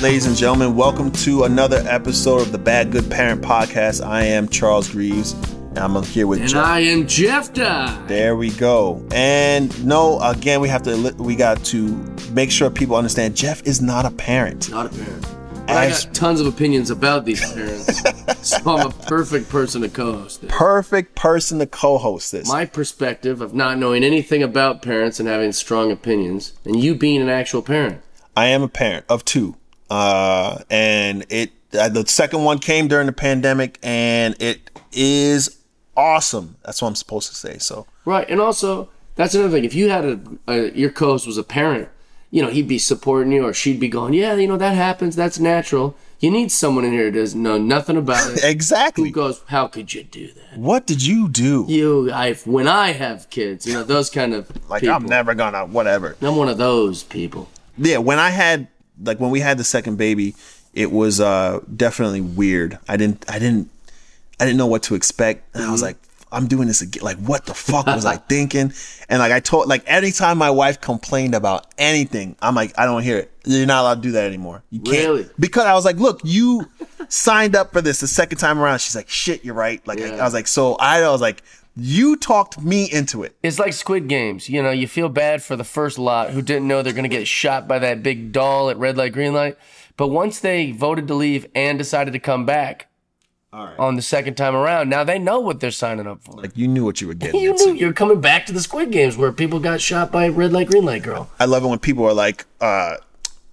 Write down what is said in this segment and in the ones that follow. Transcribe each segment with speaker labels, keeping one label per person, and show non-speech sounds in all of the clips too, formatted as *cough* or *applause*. Speaker 1: Ladies and gentlemen, welcome to another episode of the Bad Good Parent Podcast. I am Charles Greaves, and I'm here with
Speaker 2: And
Speaker 1: Jeff.
Speaker 2: I am Jeff Dye.
Speaker 1: There we go. And no, again, we have to li- we got to make sure people understand Jeff is not a parent.
Speaker 2: Not a parent. But I
Speaker 1: As-
Speaker 2: got tons of opinions about these parents, so I'm a perfect person to co-host it.
Speaker 1: Perfect person to co-host this.
Speaker 2: My perspective of not knowing anything about parents and having strong opinions, and you being an actual parent.
Speaker 1: I am a parent of two, uh, and it uh, the second one came during the pandemic, and it is awesome. That's what I'm supposed to say. So
Speaker 2: Right, and also that's another thing. If you had a, a your co-host was a parent, you know he'd be supporting you, or she'd be going, "Yeah, you know that happens. That's natural." You need someone in here that doesn't know nothing about
Speaker 1: *laughs*
Speaker 2: it.
Speaker 1: exactly,
Speaker 2: Who goes, "How could you do that?"
Speaker 1: what did you do?
Speaker 2: You, I, when I have kids, you know those kind of
Speaker 1: like
Speaker 2: people.
Speaker 1: I'm never gonna whatever.
Speaker 2: I'm one of those people.
Speaker 1: yeah when i had like when we had the second baby it was uh definitely weird i didn't i didn't i didn't know what to expect and i
Speaker 2: Mm-hmm.
Speaker 1: was like i'm doing this again like what the fuck was i
Speaker 2: *laughs*
Speaker 1: thinking and like i told like anytime my wife complained about anything i'm like i don't hear it you're not allowed to do that anymore you can't
Speaker 2: Really?
Speaker 1: because i was like look you signed up for this the second time around she's like shit you're right like I, I
Speaker 2: Yeah.
Speaker 1: was like so I, I was like you talked me into it
Speaker 2: It's like Squid Games. You know, you feel bad for the first lot who didn't know they're going to get shot by that big doll at red light, green light. But once they voted to leave and decided to come back on the second time around, now they know what they're signing up for.
Speaker 1: like you knew what you were getting
Speaker 2: *laughs* you
Speaker 1: into.
Speaker 2: knew you're coming back to the Squid Games where people got shot by red light, green light girl.
Speaker 1: I love it when people are like, uh,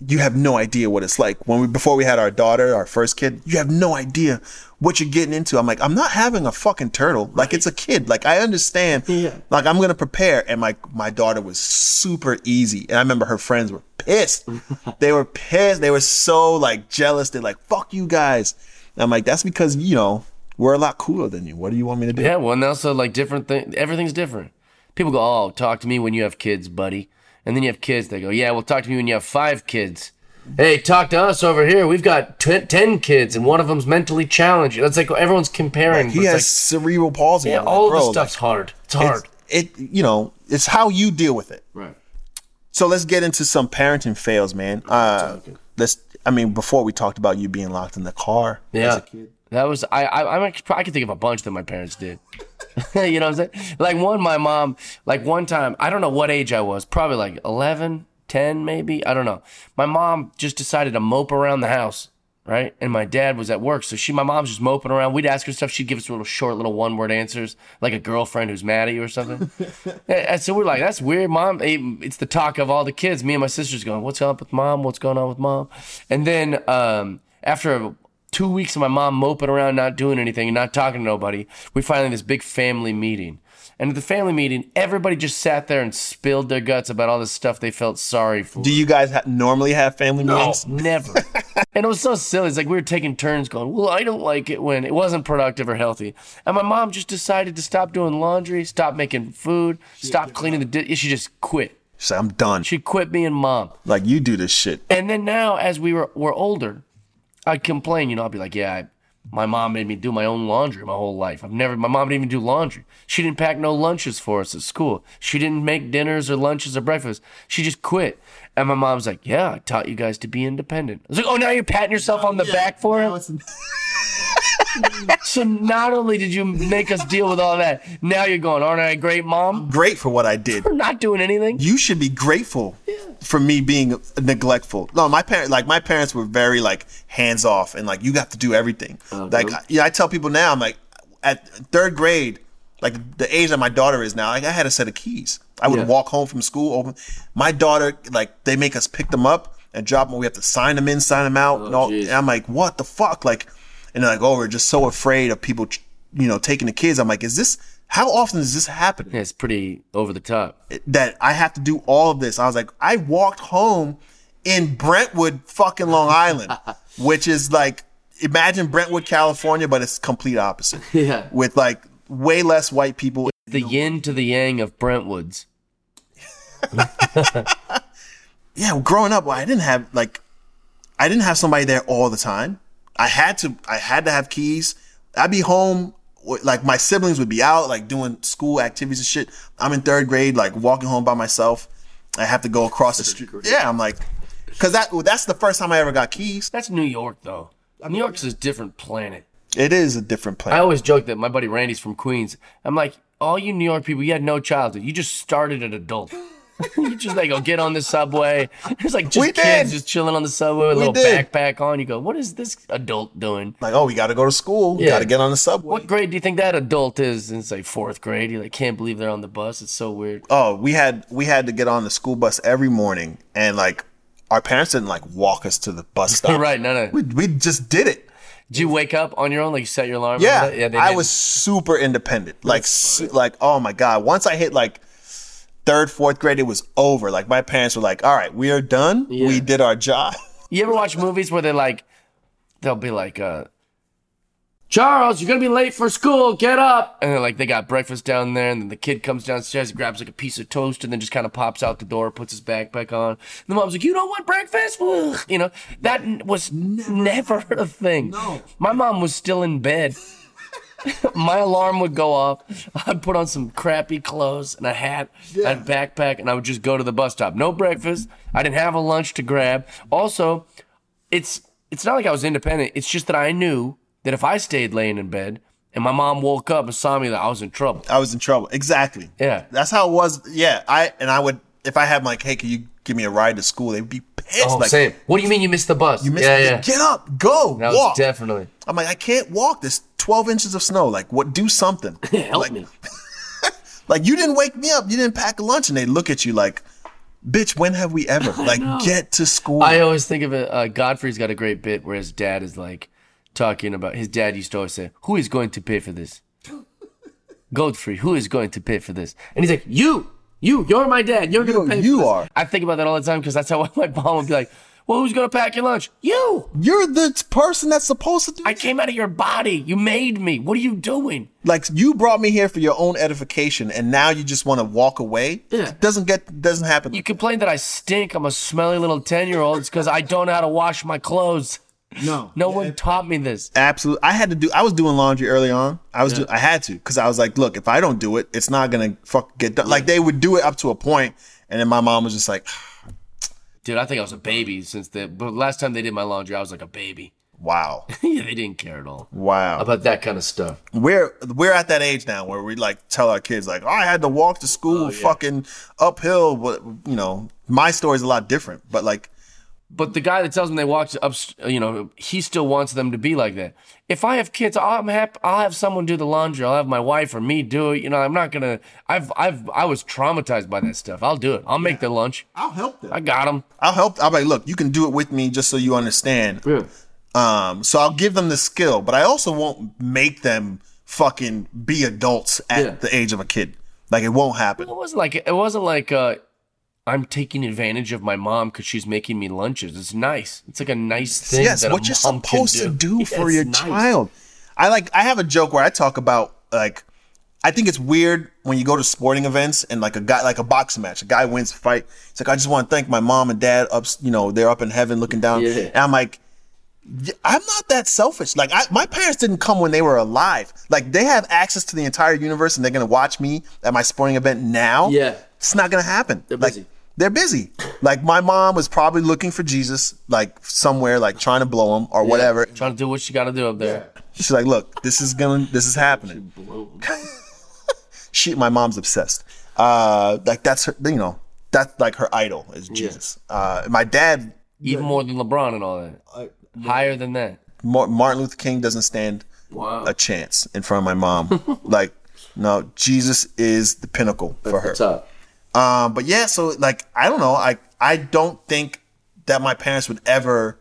Speaker 1: you have no idea what it's like. When we before we had our daughter, our first kid, you have no idea what you're getting into. I'm like, I'm not having a fucking turtle. Like it's a kid. Like I understand.
Speaker 2: Yeah.
Speaker 1: Like I'm gonna prepare. And my my daughter was super easy. And I remember her friends were
Speaker 2: *laughs*
Speaker 1: pissed. they were pissed. They were so like jealous. They're like, fuck you guys. And I'm like, that's because, you know, we're a lot cooler than you. What do you want me to do?
Speaker 2: Yeah, well, and also like different thing. Everything's different. People go, "Oh, talk to me when you have kids, buddy." And then you have kids. They go, "Yeah, well, talk to me when you have five kids." Hey, talk to us over here. We've got t- ten kids, and one of them's mentally challenged. That's like everyone's comparing.
Speaker 1: He
Speaker 2: but it's
Speaker 1: has cerebral palsy.
Speaker 2: like,
Speaker 1: I'm
Speaker 2: yeah,
Speaker 1: like,
Speaker 2: all
Speaker 1: "Bro,
Speaker 2: this stuff's hard. It's
Speaker 1: like,
Speaker 2: hard.
Speaker 1: it's- it you know, it's how you deal with it.
Speaker 2: right.
Speaker 1: So let's get into some parenting fails, man. Uh, let's. I mean, before we talked about you being locked in the car.
Speaker 2: Yeah. That was I I I'm actually, I can think of a bunch that my parents did. *laughs* you know what I'm saying? Like one my mom like one time, I don't know what age I was, probably like 11, 10 maybe, I don't know. My mom just decided to mope around the house, right? And my dad was at work, so she my mom's just moping around. We'd ask her stuff, she'd give us little short little one-word answers, like a girlfriend who's mad at you or something. And and Eh, so we're like, that's weird, mom. It- It's the talk of all the kids. Me and my sisters going, what's up with mom? What's going on with mom? And then um, after two weeks of my mom moping around, not doing anything, and not talking to nobody, we finally had this big family meeting. And at the family meeting, everybody just sat there and spilled their guts about all this stuff they felt sorry for.
Speaker 1: Do you guys ha- normally have family
Speaker 2: No,
Speaker 1: meetings?
Speaker 2: never. and it was so silly. It's like we were taking turns going, Well, I don't like it when it wasn't productive or healthy. And my mom just decided to stop doing laundry, stop making food, stop cleaning the dish. She just quit.
Speaker 1: She's like, I'm done.
Speaker 2: She quit being mom.
Speaker 1: Like you do this shit.
Speaker 2: And then now, as we were, were older, I'd complain, you know, I'd be like, yeah, I, my mom made me do my own laundry my whole life. I've never, my mom didn't even do laundry. She didn't pack no lunches for us at school. She didn't make dinners or lunches or breakfast. She just quit. And my mom's like, yeah, I taught you guys to be independent. I was like, oh, now you're patting yourself on the back for it? *laughs* so not only did you make us deal with all that, now you're going, aren't I a great mom?
Speaker 1: Great for what I did.
Speaker 2: We're not doing anything.
Speaker 1: You should be grateful for me being neglectful. No, my parents, like my parents, were very like hands off and like you have to do everything. like I, yeah, I tell people now, I'm like at third grade, like the age that my daughter is now, like I had a set of keys. I would
Speaker 2: Yeah.
Speaker 1: walk home from school. Open. My daughter, like they make us pick them up and drop them. We have to sign them in, sign them out. and, all,
Speaker 2: geez.
Speaker 1: and I'm like, what the fuck? Like, and they're like, oh, we're just so afraid of people, you know, taking the kids. I'm like, is this how often is this happening?
Speaker 2: Yeah, it's pretty over the top.
Speaker 1: that I have to do all of this. I was like, I walked home in Brentwood, fucking Long Island, which is like, imagine Brentwood, California, but it's complete opposite.
Speaker 2: Yeah.
Speaker 1: With like way less white people.
Speaker 2: the yin to the yang of Brentwoods.
Speaker 1: Yeah, well, growing up, I didn't have like, I didn't have somebody there all the time. I had to, I had to have keys. I'd be home. w- Like my siblings would be out, like doing school activities and shit. I'm in third grade, like walking home by myself. I have to go across the street. Yeah, I'm like, Cause that that's the first time I ever got keys.
Speaker 2: That's New York though. New York's a different planet.
Speaker 1: It is a different
Speaker 2: I
Speaker 1: planet.
Speaker 2: always joke that my buddy Randy's from Queens. I'm like, all you New York people, you had no childhood. You just started an adult. *laughs* you just like go get on the subway. It's like just
Speaker 1: We
Speaker 2: kids
Speaker 1: did.
Speaker 2: just chilling on the subway with a
Speaker 1: We
Speaker 2: little
Speaker 1: did.
Speaker 2: backpack on. You go, what is this adult doing?
Speaker 1: Like, oh, we got to go to school. We
Speaker 2: Yeah.
Speaker 1: got to get on the subway.
Speaker 2: What grade do you think that adult is? And it's like fourth grade. You like can't believe they're on the bus. It's so weird.
Speaker 1: Oh, we had we had to get on the school bus every morning, and like our parents didn't like walk us to the
Speaker 2: *laughs*
Speaker 1: bus stop.
Speaker 2: right? No, no.
Speaker 1: We, we just did it.
Speaker 2: Did you wake up on your own? Like you set your alarm?
Speaker 1: Yeah,
Speaker 2: and that? yeah. They
Speaker 1: I
Speaker 2: didn't.
Speaker 1: was super independent. Like, su- like, oh my god! Once I hit like third, fourth grade, it was over. Like my parents were like, "All right, we are done. We did our job." *laughs*
Speaker 2: You ever watch movies where they're like, they'll be like, uh, Charles, you're gonna be late for school. Get up! And they're like, they got breakfast down there, and then the kid comes downstairs, grabs like a piece of toast, and then just kind of pops out the door, puts his backpack on. And the mom's like, "You don't want breakfast?" Ugh. You know that n- was never, a thing. No, my mom was still in bed. *laughs* my alarm would go off. I'd put on some crappy clothes and a hat and a backpack, and I would just go to the bus stop. No breakfast. I didn't have a lunch to grab. Also, it's it's not like I was independent. It's just that I knew that if I stayed laying in bed and my mom woke up and saw me, that I was in trouble.
Speaker 1: I was in trouble. Exactly.
Speaker 2: Yeah.
Speaker 1: that's how it was. Yeah, I and I would if I had like, "Hey, can you give me a ride to school?" They'd be pissed. like,
Speaker 2: What do you mean you missed the bus? Oh, You
Speaker 1: "Miss- Get up, go,
Speaker 2: That was
Speaker 1: walk.
Speaker 2: definitely.
Speaker 1: I'm like, I can't walk. There's 12 inches of snow. Like, what? Do something.
Speaker 2: *laughs* Help
Speaker 1: like,
Speaker 2: me.
Speaker 1: Like, you didn't wake me up. You didn't pack lunch, and they look at you like, "Bitch, when have we
Speaker 2: *laughs*
Speaker 1: ever? Like, get to school."
Speaker 2: I always think of it. Uh, Godfrey's got a great bit where his dad is like talking about his dad used to always say, "Who is going to pay for *laughs* this?" Godfrey, who is going to pay for this? And he's like, "You, you, you're my dad. You're going
Speaker 1: You-
Speaker 2: to pay."
Speaker 1: you
Speaker 2: for
Speaker 1: are.
Speaker 2: this." I think about that all the time because that's how *laughs* my mom would be like, "Well, who's going to pack your lunch? You.
Speaker 1: You're the person that's supposed to do.
Speaker 2: I came out of your body. You made me. What are you doing?"
Speaker 1: like, you brought me here for your own edification, and now you just want to walk away.
Speaker 2: Yeah.
Speaker 1: It doesn't get doesn't happen.
Speaker 2: You complain that I stink. I'm a smelly little ten year old. It's because I don't know how to wash my clothes.
Speaker 3: No.
Speaker 2: *laughs* No one taught me this.
Speaker 1: Absolutely. I had to do. I was doing laundry early on. I was. Do, I had to because I was like, look, if I don't do it, it's not gonna fuck get done. Like they would do it up to a point, and then my mom was just like,
Speaker 2: Dude, I think I was a baby since the but last time they did my laundry, I was like a baby. *laughs*
Speaker 1: wow,
Speaker 2: yeah, they didn't care at all
Speaker 1: wow.
Speaker 2: *laughs* about that kind of stuff.
Speaker 1: we're we're at that age now where we like tell our kids like "Oh, I had to walk to
Speaker 2: Oh,
Speaker 1: school fucking uphill, but you know my story's a lot different. But like
Speaker 2: But the guy that tells them they watch up, you know, he still wants them to be like that. If I have kids, I'm happy. I'll have someone do the laundry. I'll have my wife or me do it. You know, I'm not gonna. I've, I've, I was traumatized by that stuff. I'll do it. I'll make the lunch.
Speaker 3: I'll help them.
Speaker 2: I got them.
Speaker 1: I'll help. I'll be like, look, you can do it with me just so you understand. Um, so I'll give them the skill, but I also won't make them fucking be adults at
Speaker 2: Yeah.
Speaker 1: the age of a kid. Like it won't happen.
Speaker 2: It wasn't like it wasn't like uh, I'm taking advantage of my mom because she's making me lunches. It's nice. It's like a nice thing.
Speaker 1: yes
Speaker 2: that
Speaker 1: what
Speaker 2: a
Speaker 1: you're
Speaker 2: mom can
Speaker 1: supposed to do
Speaker 2: Yeah,
Speaker 1: for
Speaker 2: it's
Speaker 1: your
Speaker 2: nice.
Speaker 1: child i like i have a joke where i talk about like i think it's weird when you go to sporting events and like a guy like a boxing match a guy wins a fight it's like i just want to thank my mom and dad up you know they're up in heaven looking down
Speaker 2: Yeah.
Speaker 1: and i'm like y- I'm not that selfish. Like I, my parents didn't come when they were alive. Like they have access to the entire universe, and they're gonna watch me at my sporting event now.
Speaker 2: Yeah.
Speaker 1: it's not gonna happen. They're
Speaker 2: busy.
Speaker 1: they're busy. Like my mom was probably looking for Jesus, like somewhere, like trying to blow him or whatever.
Speaker 2: Trying to do what you got to do up there.
Speaker 1: She's like, "Look, this is gonna, this is happening." *laughs* she, my mom's obsessed. Uh, like that's her, you know, that's like her idol is Jesus. Uh, my dad,
Speaker 2: Even more than LeBron and all that.
Speaker 3: I-
Speaker 2: Higher than that.
Speaker 1: Mar- Martin Luther King, doesn't stand
Speaker 2: Wow.
Speaker 1: a chance in front of my mom. like, no, Jesus is the pinnacle for her.
Speaker 2: up?
Speaker 1: Um, but yeah, so like I don't know, I I don't think that my parents would ever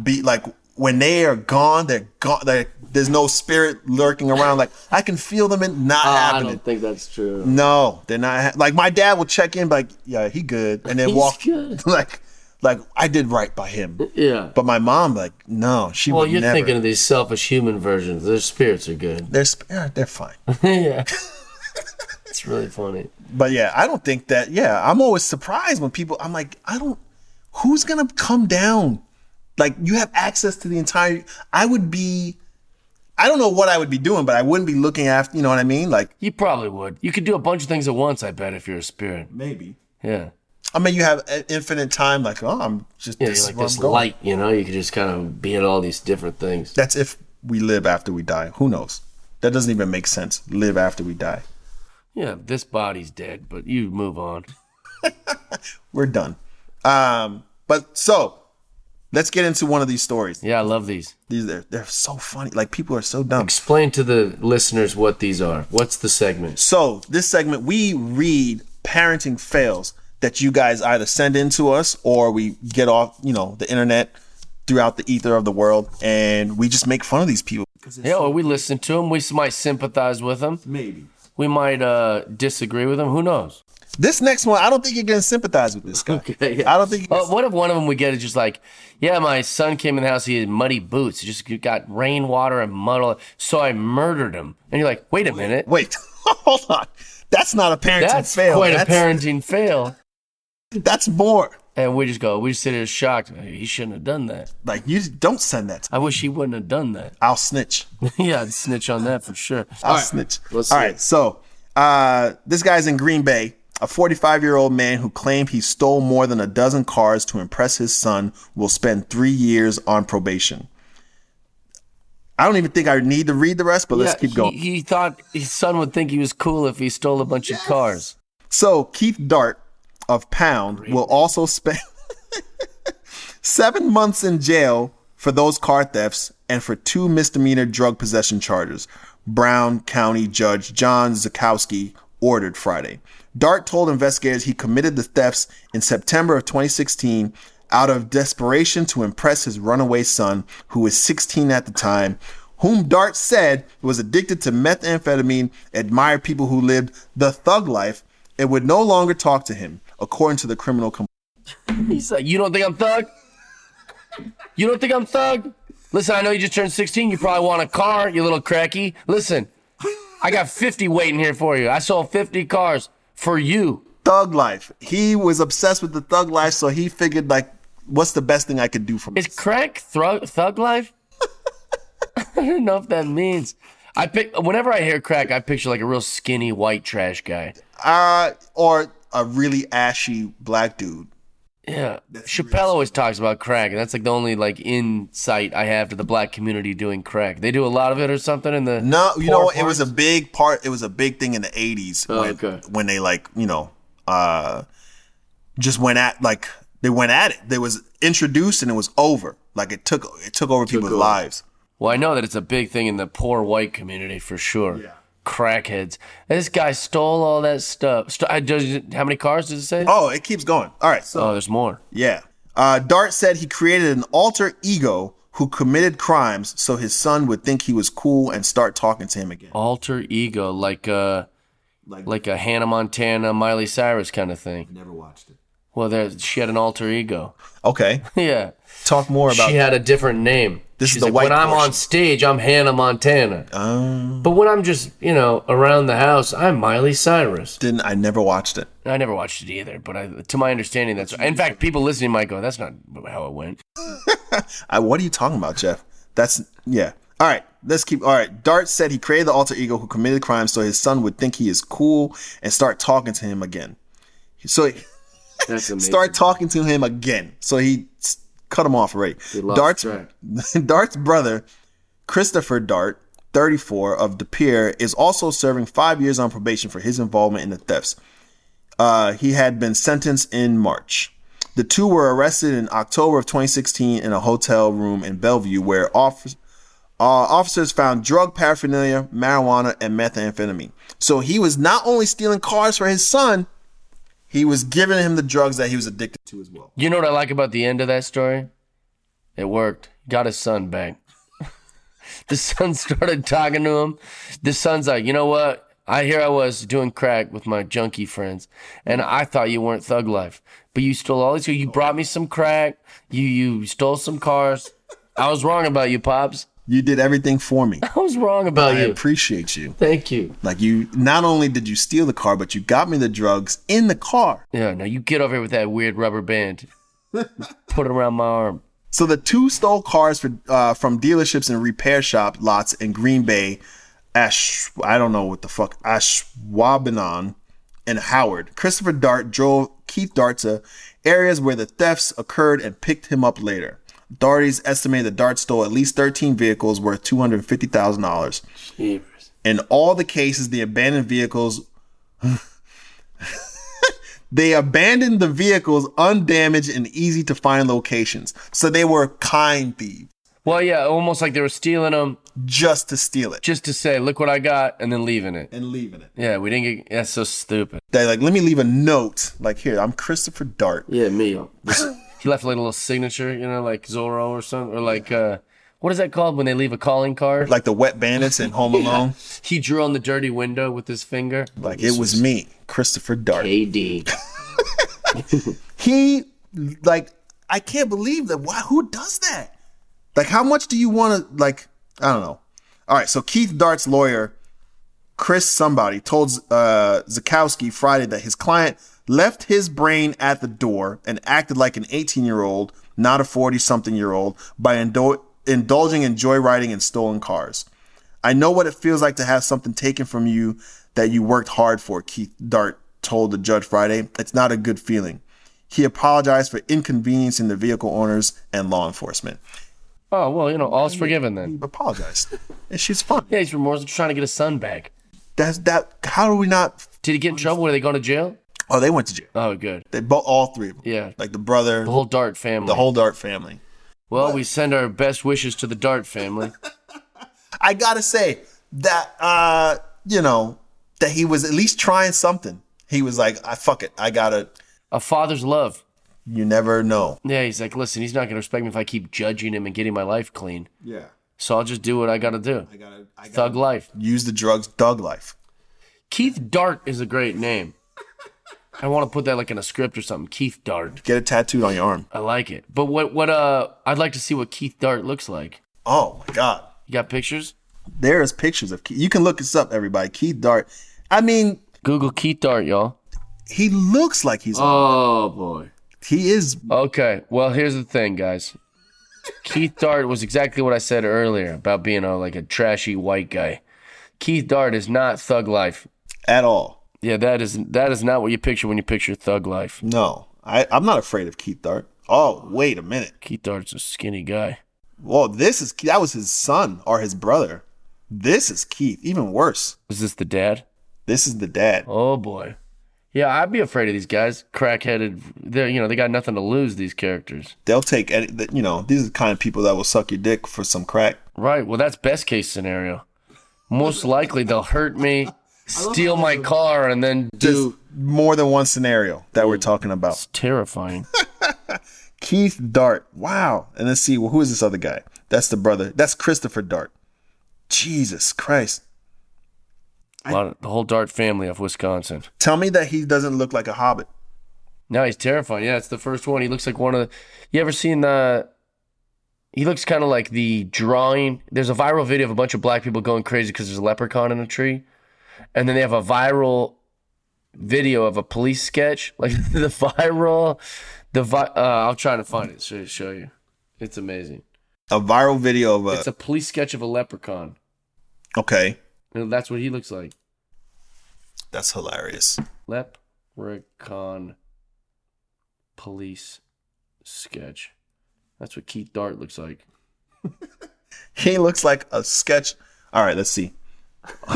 Speaker 1: be like when they are gone, they're gone. Like there's no spirit lurking around. Like I can feel them and
Speaker 2: Uh,
Speaker 1: not happening.
Speaker 2: think that's true.
Speaker 1: No, they're not. Ha- like my dad will check in, be like yeah, he good, and then walk *laughs*
Speaker 2: good.
Speaker 1: like like I did right by him.
Speaker 2: Yeah.
Speaker 1: But my mom, like no, she
Speaker 2: well,
Speaker 1: would
Speaker 2: you're
Speaker 1: never.
Speaker 2: thinking of these selfish human versions. Their spirits are good. *laughs*
Speaker 1: they're sp- yeah, they're fine.
Speaker 2: yeah. It's really funny.
Speaker 1: But yeah, I don't think that. Yeah, I'm always surprised when people. I'm like, I don't. Who's gonna come down? Like you have access to the entire. I would be. I don't know what I would be doing, but I wouldn't be looking after. You know what I mean? Like
Speaker 2: You probably would. You could do a bunch of things at once, I bet, if you're a spirit.
Speaker 3: Maybe.
Speaker 2: Yeah.
Speaker 1: I mean, you have i- infinite time. Like, oh, I'm just
Speaker 2: Yeah,
Speaker 1: this is
Speaker 2: you're like
Speaker 1: where I'm
Speaker 2: this
Speaker 1: going.
Speaker 2: light, you know, you could just kind of be at all these different things.
Speaker 1: That's if we live after we die. Who knows? That doesn't even make sense. Live after we die.
Speaker 2: Yeah, this body's dead, but you move on.
Speaker 1: We're done. Um, but so let's get into one of these stories.
Speaker 2: Yeah, I love these.
Speaker 1: These are they're so funny. Like people are so dumb.
Speaker 2: Explain to the listeners what these are. What's the segment?
Speaker 1: So this segment we read parenting fails that you guys either send in to us or we get off, you know, the internet throughout the ether of the world and we just make fun of these people.
Speaker 2: Yeah, well, we listen to them. We s- might sympathize with them.
Speaker 1: Maybe.
Speaker 2: We might uh, disagree with them. Who knows?
Speaker 1: This next one, I don't think you're gonna sympathize with this guy.
Speaker 2: Okay, yeah.
Speaker 1: I don't think
Speaker 2: Uh, what if one of them we get is just like, yeah, my son came in the house. He had muddy boots. He just got rainwater and mud. all- So I murdered him. And you're like, wait a minute.
Speaker 1: Wait, *laughs* hold on. That's not a parenting
Speaker 2: Oh. That's
Speaker 1: fail.
Speaker 2: quite
Speaker 1: that's,
Speaker 2: a parenting fail.
Speaker 1: That's more.
Speaker 2: And we just go, we just sit here shocked. He shouldn't have done that.
Speaker 1: Like you just don't send that. To
Speaker 2: I wish he wouldn't have done that. *laughs*
Speaker 1: I'll snitch.
Speaker 2: yeah, I'd snitch on that for sure.
Speaker 1: I'll snitch.
Speaker 2: Let's
Speaker 1: All
Speaker 2: see.
Speaker 1: right. So uh, this guy's in Green Bay, a 45 year old man who claimed he stole more than a dozen cars to impress his son will spend three years on probation. I don't even think I need to read the rest, but let's
Speaker 2: Yeah,
Speaker 1: keep going.
Speaker 2: He, he thought his son would think he was cool if he stole a bunch of cars.
Speaker 1: So Keith Dart of Pound will also *laughs* spend seven months in jail for those car thefts and for two misdemeanor drug possession charges. Brown County Judge John Zakowski ordered Friday. Dart told investigators he committed the thefts in September of 2016 out of desperation to impress his runaway son, who was 16 at the time, whom Dart said was addicted to methamphetamine, admired people who lived the thug life, and would no longer talk to him, according to the criminal complaint.
Speaker 2: He's like, You don't think I'm thug? You don't think I'm thug? Listen, I know you just turned 16. You probably want a car, you little cracky. Listen, I got 50 waiting here for you. I sold 50 cars for you.
Speaker 1: thug life. He was obsessed with the thug life, so he figured like, what's the best thing I could do for
Speaker 2: Is
Speaker 1: myself?
Speaker 2: crack thug, thug life? *laughs* I don't know if that means. I pick whenever I hear crack, I picture like a real skinny white trash guy.
Speaker 1: Uh, or a really ashy black dude.
Speaker 2: Yeah, Chappelle always talks about crack, and that's like the only like insight I have to the black community doing crack. They do a lot of it or something in the
Speaker 1: No, you
Speaker 2: poor
Speaker 1: know what? It was a
Speaker 2: parts.
Speaker 1: big part. It was a big thing in the '80s when,
Speaker 2: okay.
Speaker 1: when they like you know, uh, just went at like they went at it. They was introduced and it was over. Like it took it took over people's lives.
Speaker 2: well, I know that it's a big thing in the poor white community for sure. Yeah. Crackheads. And This guy stole all that stuff. St- I just, how many cars does it say?
Speaker 1: Oh, it keeps going. All right, so
Speaker 2: oh, there's more.
Speaker 1: Yeah. Uh, Dart said he created an alter ego who committed crimes so his son would think he was cool and start talking to him again.
Speaker 2: Alter ego, like uh,
Speaker 1: Like-
Speaker 2: like, a Hannah Montana, Miley Cyrus kind of thing.
Speaker 1: Never watched it.
Speaker 2: Well, there she had an alter ego. *laughs*
Speaker 1: Okay.
Speaker 2: yeah,
Speaker 1: Talk more about.
Speaker 2: she had a different name.
Speaker 1: This is
Speaker 2: She's
Speaker 1: the
Speaker 2: like,
Speaker 1: white
Speaker 2: when I'm
Speaker 1: portion." Oh.
Speaker 2: on stage, I'm Hannah Montana. but when I'm just, you know, around the house, I'm Miley Cyrus.
Speaker 1: Didn't I never watched it?
Speaker 2: I never watched it either, but I, to my understanding, that's. In fact, people listening might go, "That's not how it went."
Speaker 1: I, what are you talking about, Jeff? That's yeah. All right, let's keep. All right, Dart said he created the alter ego who committed crimes so his son would think he is cool and start talking to him again. So
Speaker 2: *laughs* That's amazing.
Speaker 1: start talking to him again. So he s- cut him off already.
Speaker 2: lost
Speaker 1: Dart's
Speaker 2: track.
Speaker 1: *laughs* Dart's brother, Christopher Dart, 34 of DePere, is also serving five years on probation for his involvement in the thefts. Uh, he had been sentenced in March. The two were arrested in October of 2016 in a hotel room in Bellevue, where officers uh, officers found drug paraphernalia, marijuana, and methamphetamine. So he was not only stealing cars for his son, he was giving him the drugs that he was addicted to as well.
Speaker 2: You know what I like about the end of that story? It worked. Got his son back. *laughs* the son started talking to him. The son's like, you know what? I here I was doing crack with my junkie friends, and I thought you weren't thug life, but you stole all these. You brought me some crack. You you stole some cars. I was wrong about you, pops.
Speaker 1: You did everything for me.
Speaker 2: I was wrong about
Speaker 1: I
Speaker 2: you.
Speaker 1: appreciate you.
Speaker 2: Thank you.
Speaker 1: Like you, not only did you steal the car, but you got me the drugs in the car.
Speaker 2: Yeah, now you get over here with that weird rubber *laughs* band. Put it around my arm.
Speaker 1: So the two stole cars for, uh, from dealerships and repair shop lots in Green Bay. Ash, I don't know what the fuck Ashwabanon and Howard. Christopher Dart drove Keith Dart to areas where the thefts occurred and picked him up later. Authorities estimate that Dart stole at least 13 vehicles worth $250,000.
Speaker 2: Jeepers.
Speaker 1: In all the cases, the abandoned vehicles. *laughs* they abandoned the vehicles undamaged and easy to find locations. So they were kind thieves
Speaker 2: Well, yeah, almost like they were stealing them
Speaker 1: just to steal it
Speaker 2: just to say, "Look what I got," and then leaving it.
Speaker 1: and leaving it.
Speaker 2: Yeah, we didn't get. That's so stupid.
Speaker 1: They like, let me leave a note. Like, here, I'm Christopher Dart.
Speaker 2: Yeah, me. he left like a little signature, you know, like Zorro or something, or like uh, what is that called when they leave a calling card?
Speaker 1: Like the wet bandits in Home Alone.
Speaker 2: he drew on the dirty window with his finger.
Speaker 1: Like it was me, Christopher Dart.
Speaker 2: AD.
Speaker 1: He like I can't believe that. Why? Who does that? Like, how much do you want to like? I don't know. All right. So Keith Dart's lawyer, Chris somebody, told uh, Zakowski Friday that his client left his brain at the door and acted like an 18 year old, not a 40 something year old, by indul- indulging in joyriding in stolen cars. I know what it feels like to have something taken from you that you worked hard for, Keith Dart told the judge Friday. It's not a good feeling. He apologized for inconveniencing the vehicle owners and law enforcement.
Speaker 2: Oh well, you know, all's forgiven then.
Speaker 1: Apologized. and she's fine.
Speaker 2: Yeah, he's remorseful, trying to get his son back.
Speaker 1: That's that how do we not
Speaker 2: Did he get in trouble? Were they going to jail?
Speaker 1: Oh, they went to jail.
Speaker 2: Oh, good.
Speaker 1: They both all three of them.
Speaker 2: Yeah.
Speaker 1: Like the brother,
Speaker 2: The whole Dart family.
Speaker 1: the whole Dart family.
Speaker 2: well, we send our best wishes to the Dart family.
Speaker 1: I gotta say that uh, you know, that he was at least trying something. He was like, I fuck it. I gotta
Speaker 2: a father's love.
Speaker 1: you never know.
Speaker 2: Yeah, he's like, listen, he's not going to respect me if I keep judging him and getting my life clean.
Speaker 1: Yeah.
Speaker 2: So I'll just do what I got to do.
Speaker 1: I gotta I gotta
Speaker 2: Thug life.
Speaker 1: use the drugs thug life.
Speaker 2: Keith Dart is a
Speaker 1: *laughs*
Speaker 2: great name. I want to put that like in a script or something. Keith Dart.
Speaker 1: Get it tattooed on your arm.
Speaker 2: I like it. But what what uh I'd like to see what Keith Dart looks like.
Speaker 1: Oh my god.
Speaker 2: You got pictures?
Speaker 1: There is pictures of Keith. You can look this up, everybody. Keith Dart. I mean,
Speaker 2: Google Keith Dart, y'all.
Speaker 1: he looks like he's
Speaker 2: Oh boy.
Speaker 1: he is
Speaker 2: Okay. Well, here's the thing, guys. Keith Dart was exactly what I said earlier about being a, like a trashy white guy. Keith Dart is not thug life.
Speaker 1: at all.
Speaker 2: Yeah, that is that is not what you picture when you picture thug life.
Speaker 1: No. I, I'm not afraid of Keith Dart. Oh, wait a minute.
Speaker 2: Keith Dart's a skinny guy.
Speaker 1: Whoa, this is that was his son or his brother. This is Keith. Even worse.
Speaker 2: Is this the dad?
Speaker 1: This is the dad.
Speaker 2: Oh boy. Yeah, I'd be afraid of these guys. Crackheaded. They you know, they got nothing to lose these characters.
Speaker 1: They'll take any th- you know, these are the kind of people that will suck your dick for some crack.
Speaker 2: Right. Well, that's best case scenario. Most likely they'll hurt me, steal my car and then do
Speaker 1: There's more than one scenario that we're talking about.
Speaker 2: It's terrifying. *laughs*
Speaker 1: Keith Dart. Wow. And let's see, well, who is this other guy? That's the brother. That's Christopher Dart. Jesus Christ.
Speaker 2: A lot of- the whole Dart family of Wisconsin.
Speaker 1: Tell me that he doesn't look like a hobbit.
Speaker 2: No, he's terrifying. Yeah, it's the first one. He looks like one of the. You ever seen the? He looks kind of like the drawing. There's a viral video of a bunch of black people going crazy because there's a leprechaun in a tree, and then they have a viral video of a police sketch. Like *laughs* the viral, the vi- uh, I'll try to find it. Show, show you. It's amazing.
Speaker 1: A viral video of a,
Speaker 2: It's a police sketch of a leprechaun.
Speaker 1: okay.
Speaker 2: And that's what he looks like.
Speaker 1: That's hilarious.
Speaker 2: Leprechaun police sketch. That's what Keith Dart looks like.
Speaker 1: He looks like a sketch. All right, let's see. *laughs*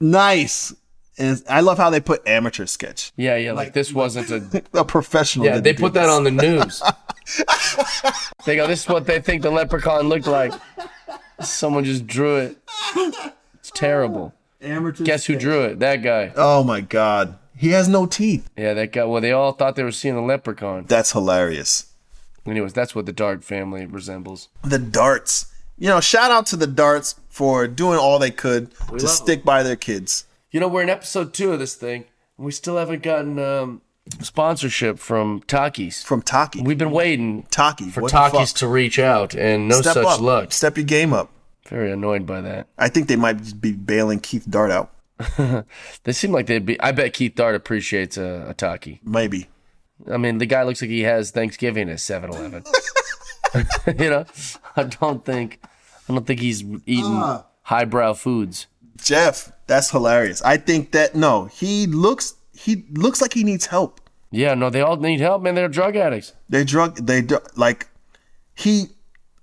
Speaker 1: nice. And I love how they put amateur sketch.
Speaker 2: Yeah, yeah, like, this wasn't *laughs* a.
Speaker 1: A professional.
Speaker 2: Yeah,
Speaker 1: didn't
Speaker 2: they
Speaker 1: do
Speaker 2: put
Speaker 1: this.
Speaker 2: that on the news. *laughs* they go, this is what they think the leprechaun looked like. Someone just drew it. It's terrible.
Speaker 1: amateur.
Speaker 2: Guess who drew it? That guy.
Speaker 1: Oh my god. He has no teeth.
Speaker 2: Yeah, that guy. Well, they all thought they were seeing a leprechaun.
Speaker 1: That's hilarious.
Speaker 2: Anyways, that's what the Dart family resembles.
Speaker 1: The darts. You know, shout out to the darts for doing all they could to
Speaker 2: love
Speaker 1: stick by their kids.
Speaker 2: You know, we're in episode two of this thing, and we still haven't gotten um, sponsorship from Takis.
Speaker 1: From Taki.
Speaker 2: We've been waiting
Speaker 1: Taki.
Speaker 2: for
Speaker 1: what the fuck?
Speaker 2: Takis to reach out, and no
Speaker 1: Step
Speaker 2: such
Speaker 1: up.
Speaker 2: luck.
Speaker 1: Step your game up.
Speaker 2: Very annoyed by that.
Speaker 1: I think they might be bailing Keith Dart out.
Speaker 2: They seem like they'd be. I bet Keith Dart appreciates a, a Taki.
Speaker 1: Maybe.
Speaker 2: I mean, the guy looks like he has Thanksgiving at 7 Eleven. *laughs*
Speaker 1: Ah.
Speaker 2: you know, I don't think, I don't think he's eating highbrow foods.
Speaker 1: Jeff, that's hilarious. I think that no, he looks he looks like he needs help.
Speaker 2: Yeah, no, they all need help, man. They're drug addicts.
Speaker 1: They drug they dr- like he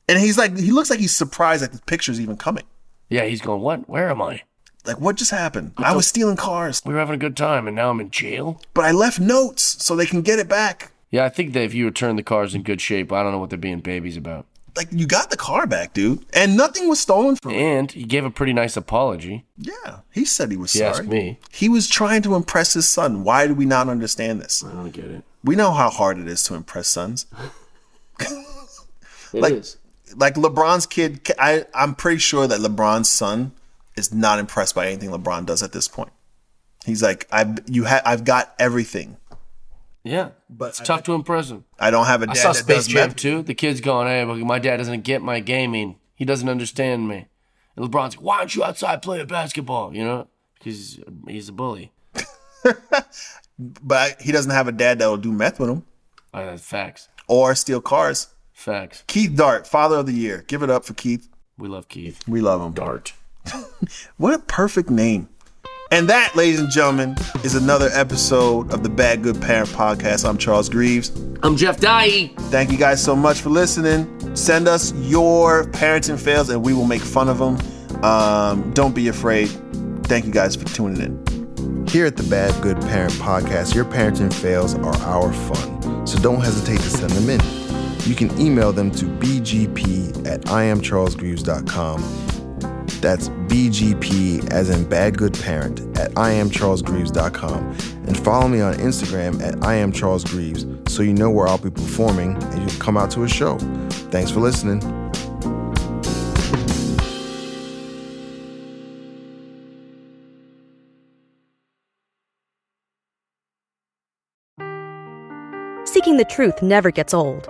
Speaker 1: and he's like he looks like he's surprised like the picture's even coming.
Speaker 2: Yeah, he's going, what? Where am I?
Speaker 1: Like what just happened? I was stealing cars,
Speaker 2: We were having a good time, and now I'm in jail.
Speaker 1: but I left notes so they can get it back.
Speaker 2: Yeah, I think that if you return the cars in good shape, I don't know what they're being babies about.
Speaker 1: Like you got the car back, dude, and nothing was stolen from him.
Speaker 2: And he gave a pretty nice apology.
Speaker 1: Yeah, he said he was
Speaker 2: If you ask
Speaker 1: sorry.
Speaker 2: me,
Speaker 1: He was trying to impress his son. Why do we not understand this?
Speaker 2: I don't get it.
Speaker 1: We know how hard it is to impress sons.
Speaker 2: It is.
Speaker 1: Like- like LeBron's kid, I, I'm pretty sure that LeBron's son is not impressed by anything LeBron does at this point. He's like, I've you ha- I've got everything.
Speaker 2: Yeah, but it's tough to impress him.
Speaker 1: I don't have a dad
Speaker 2: I saw
Speaker 1: that
Speaker 2: Space
Speaker 1: does
Speaker 2: Jam
Speaker 1: math."
Speaker 2: too. The kid's going, "Hey, but my dad doesn't get my gaming. He doesn't understand me." And LeBron's like, "Why aren't you outside playing basketball?" You know, because he's a bully.
Speaker 1: but he doesn't have a dad that will do meth with him
Speaker 2: I, that's facts.
Speaker 1: or steal cars.
Speaker 2: Facts.
Speaker 1: Keith Dart, Father of the Year. Give it up for Keith.
Speaker 2: We love Keith.
Speaker 1: We love him.
Speaker 2: Dart.
Speaker 1: What a perfect name. And that, ladies and gentlemen, is another episode of the Bad Good Parent Podcast. I'm Charles Greaves.
Speaker 2: I'm Jeff Dye.
Speaker 1: Thank you guys so much for listening. Send us your parenting fails and we will make fun of them. Um, don't be afraid. Thank you guys for tuning in. Here at the Bad Good Parent Podcast, your parenting fails are our fun. So don't hesitate to send them in. You can email them to bgp at iamcharlesgreaves.com. That's bgp as in bad good parent at iamcharlesgreaves.com. And follow me on Instagram at iamcharlesgreaves so you know where I'll be performing and you can come out to a show. Thanks for listening.
Speaker 3: Seeking the truth never gets old.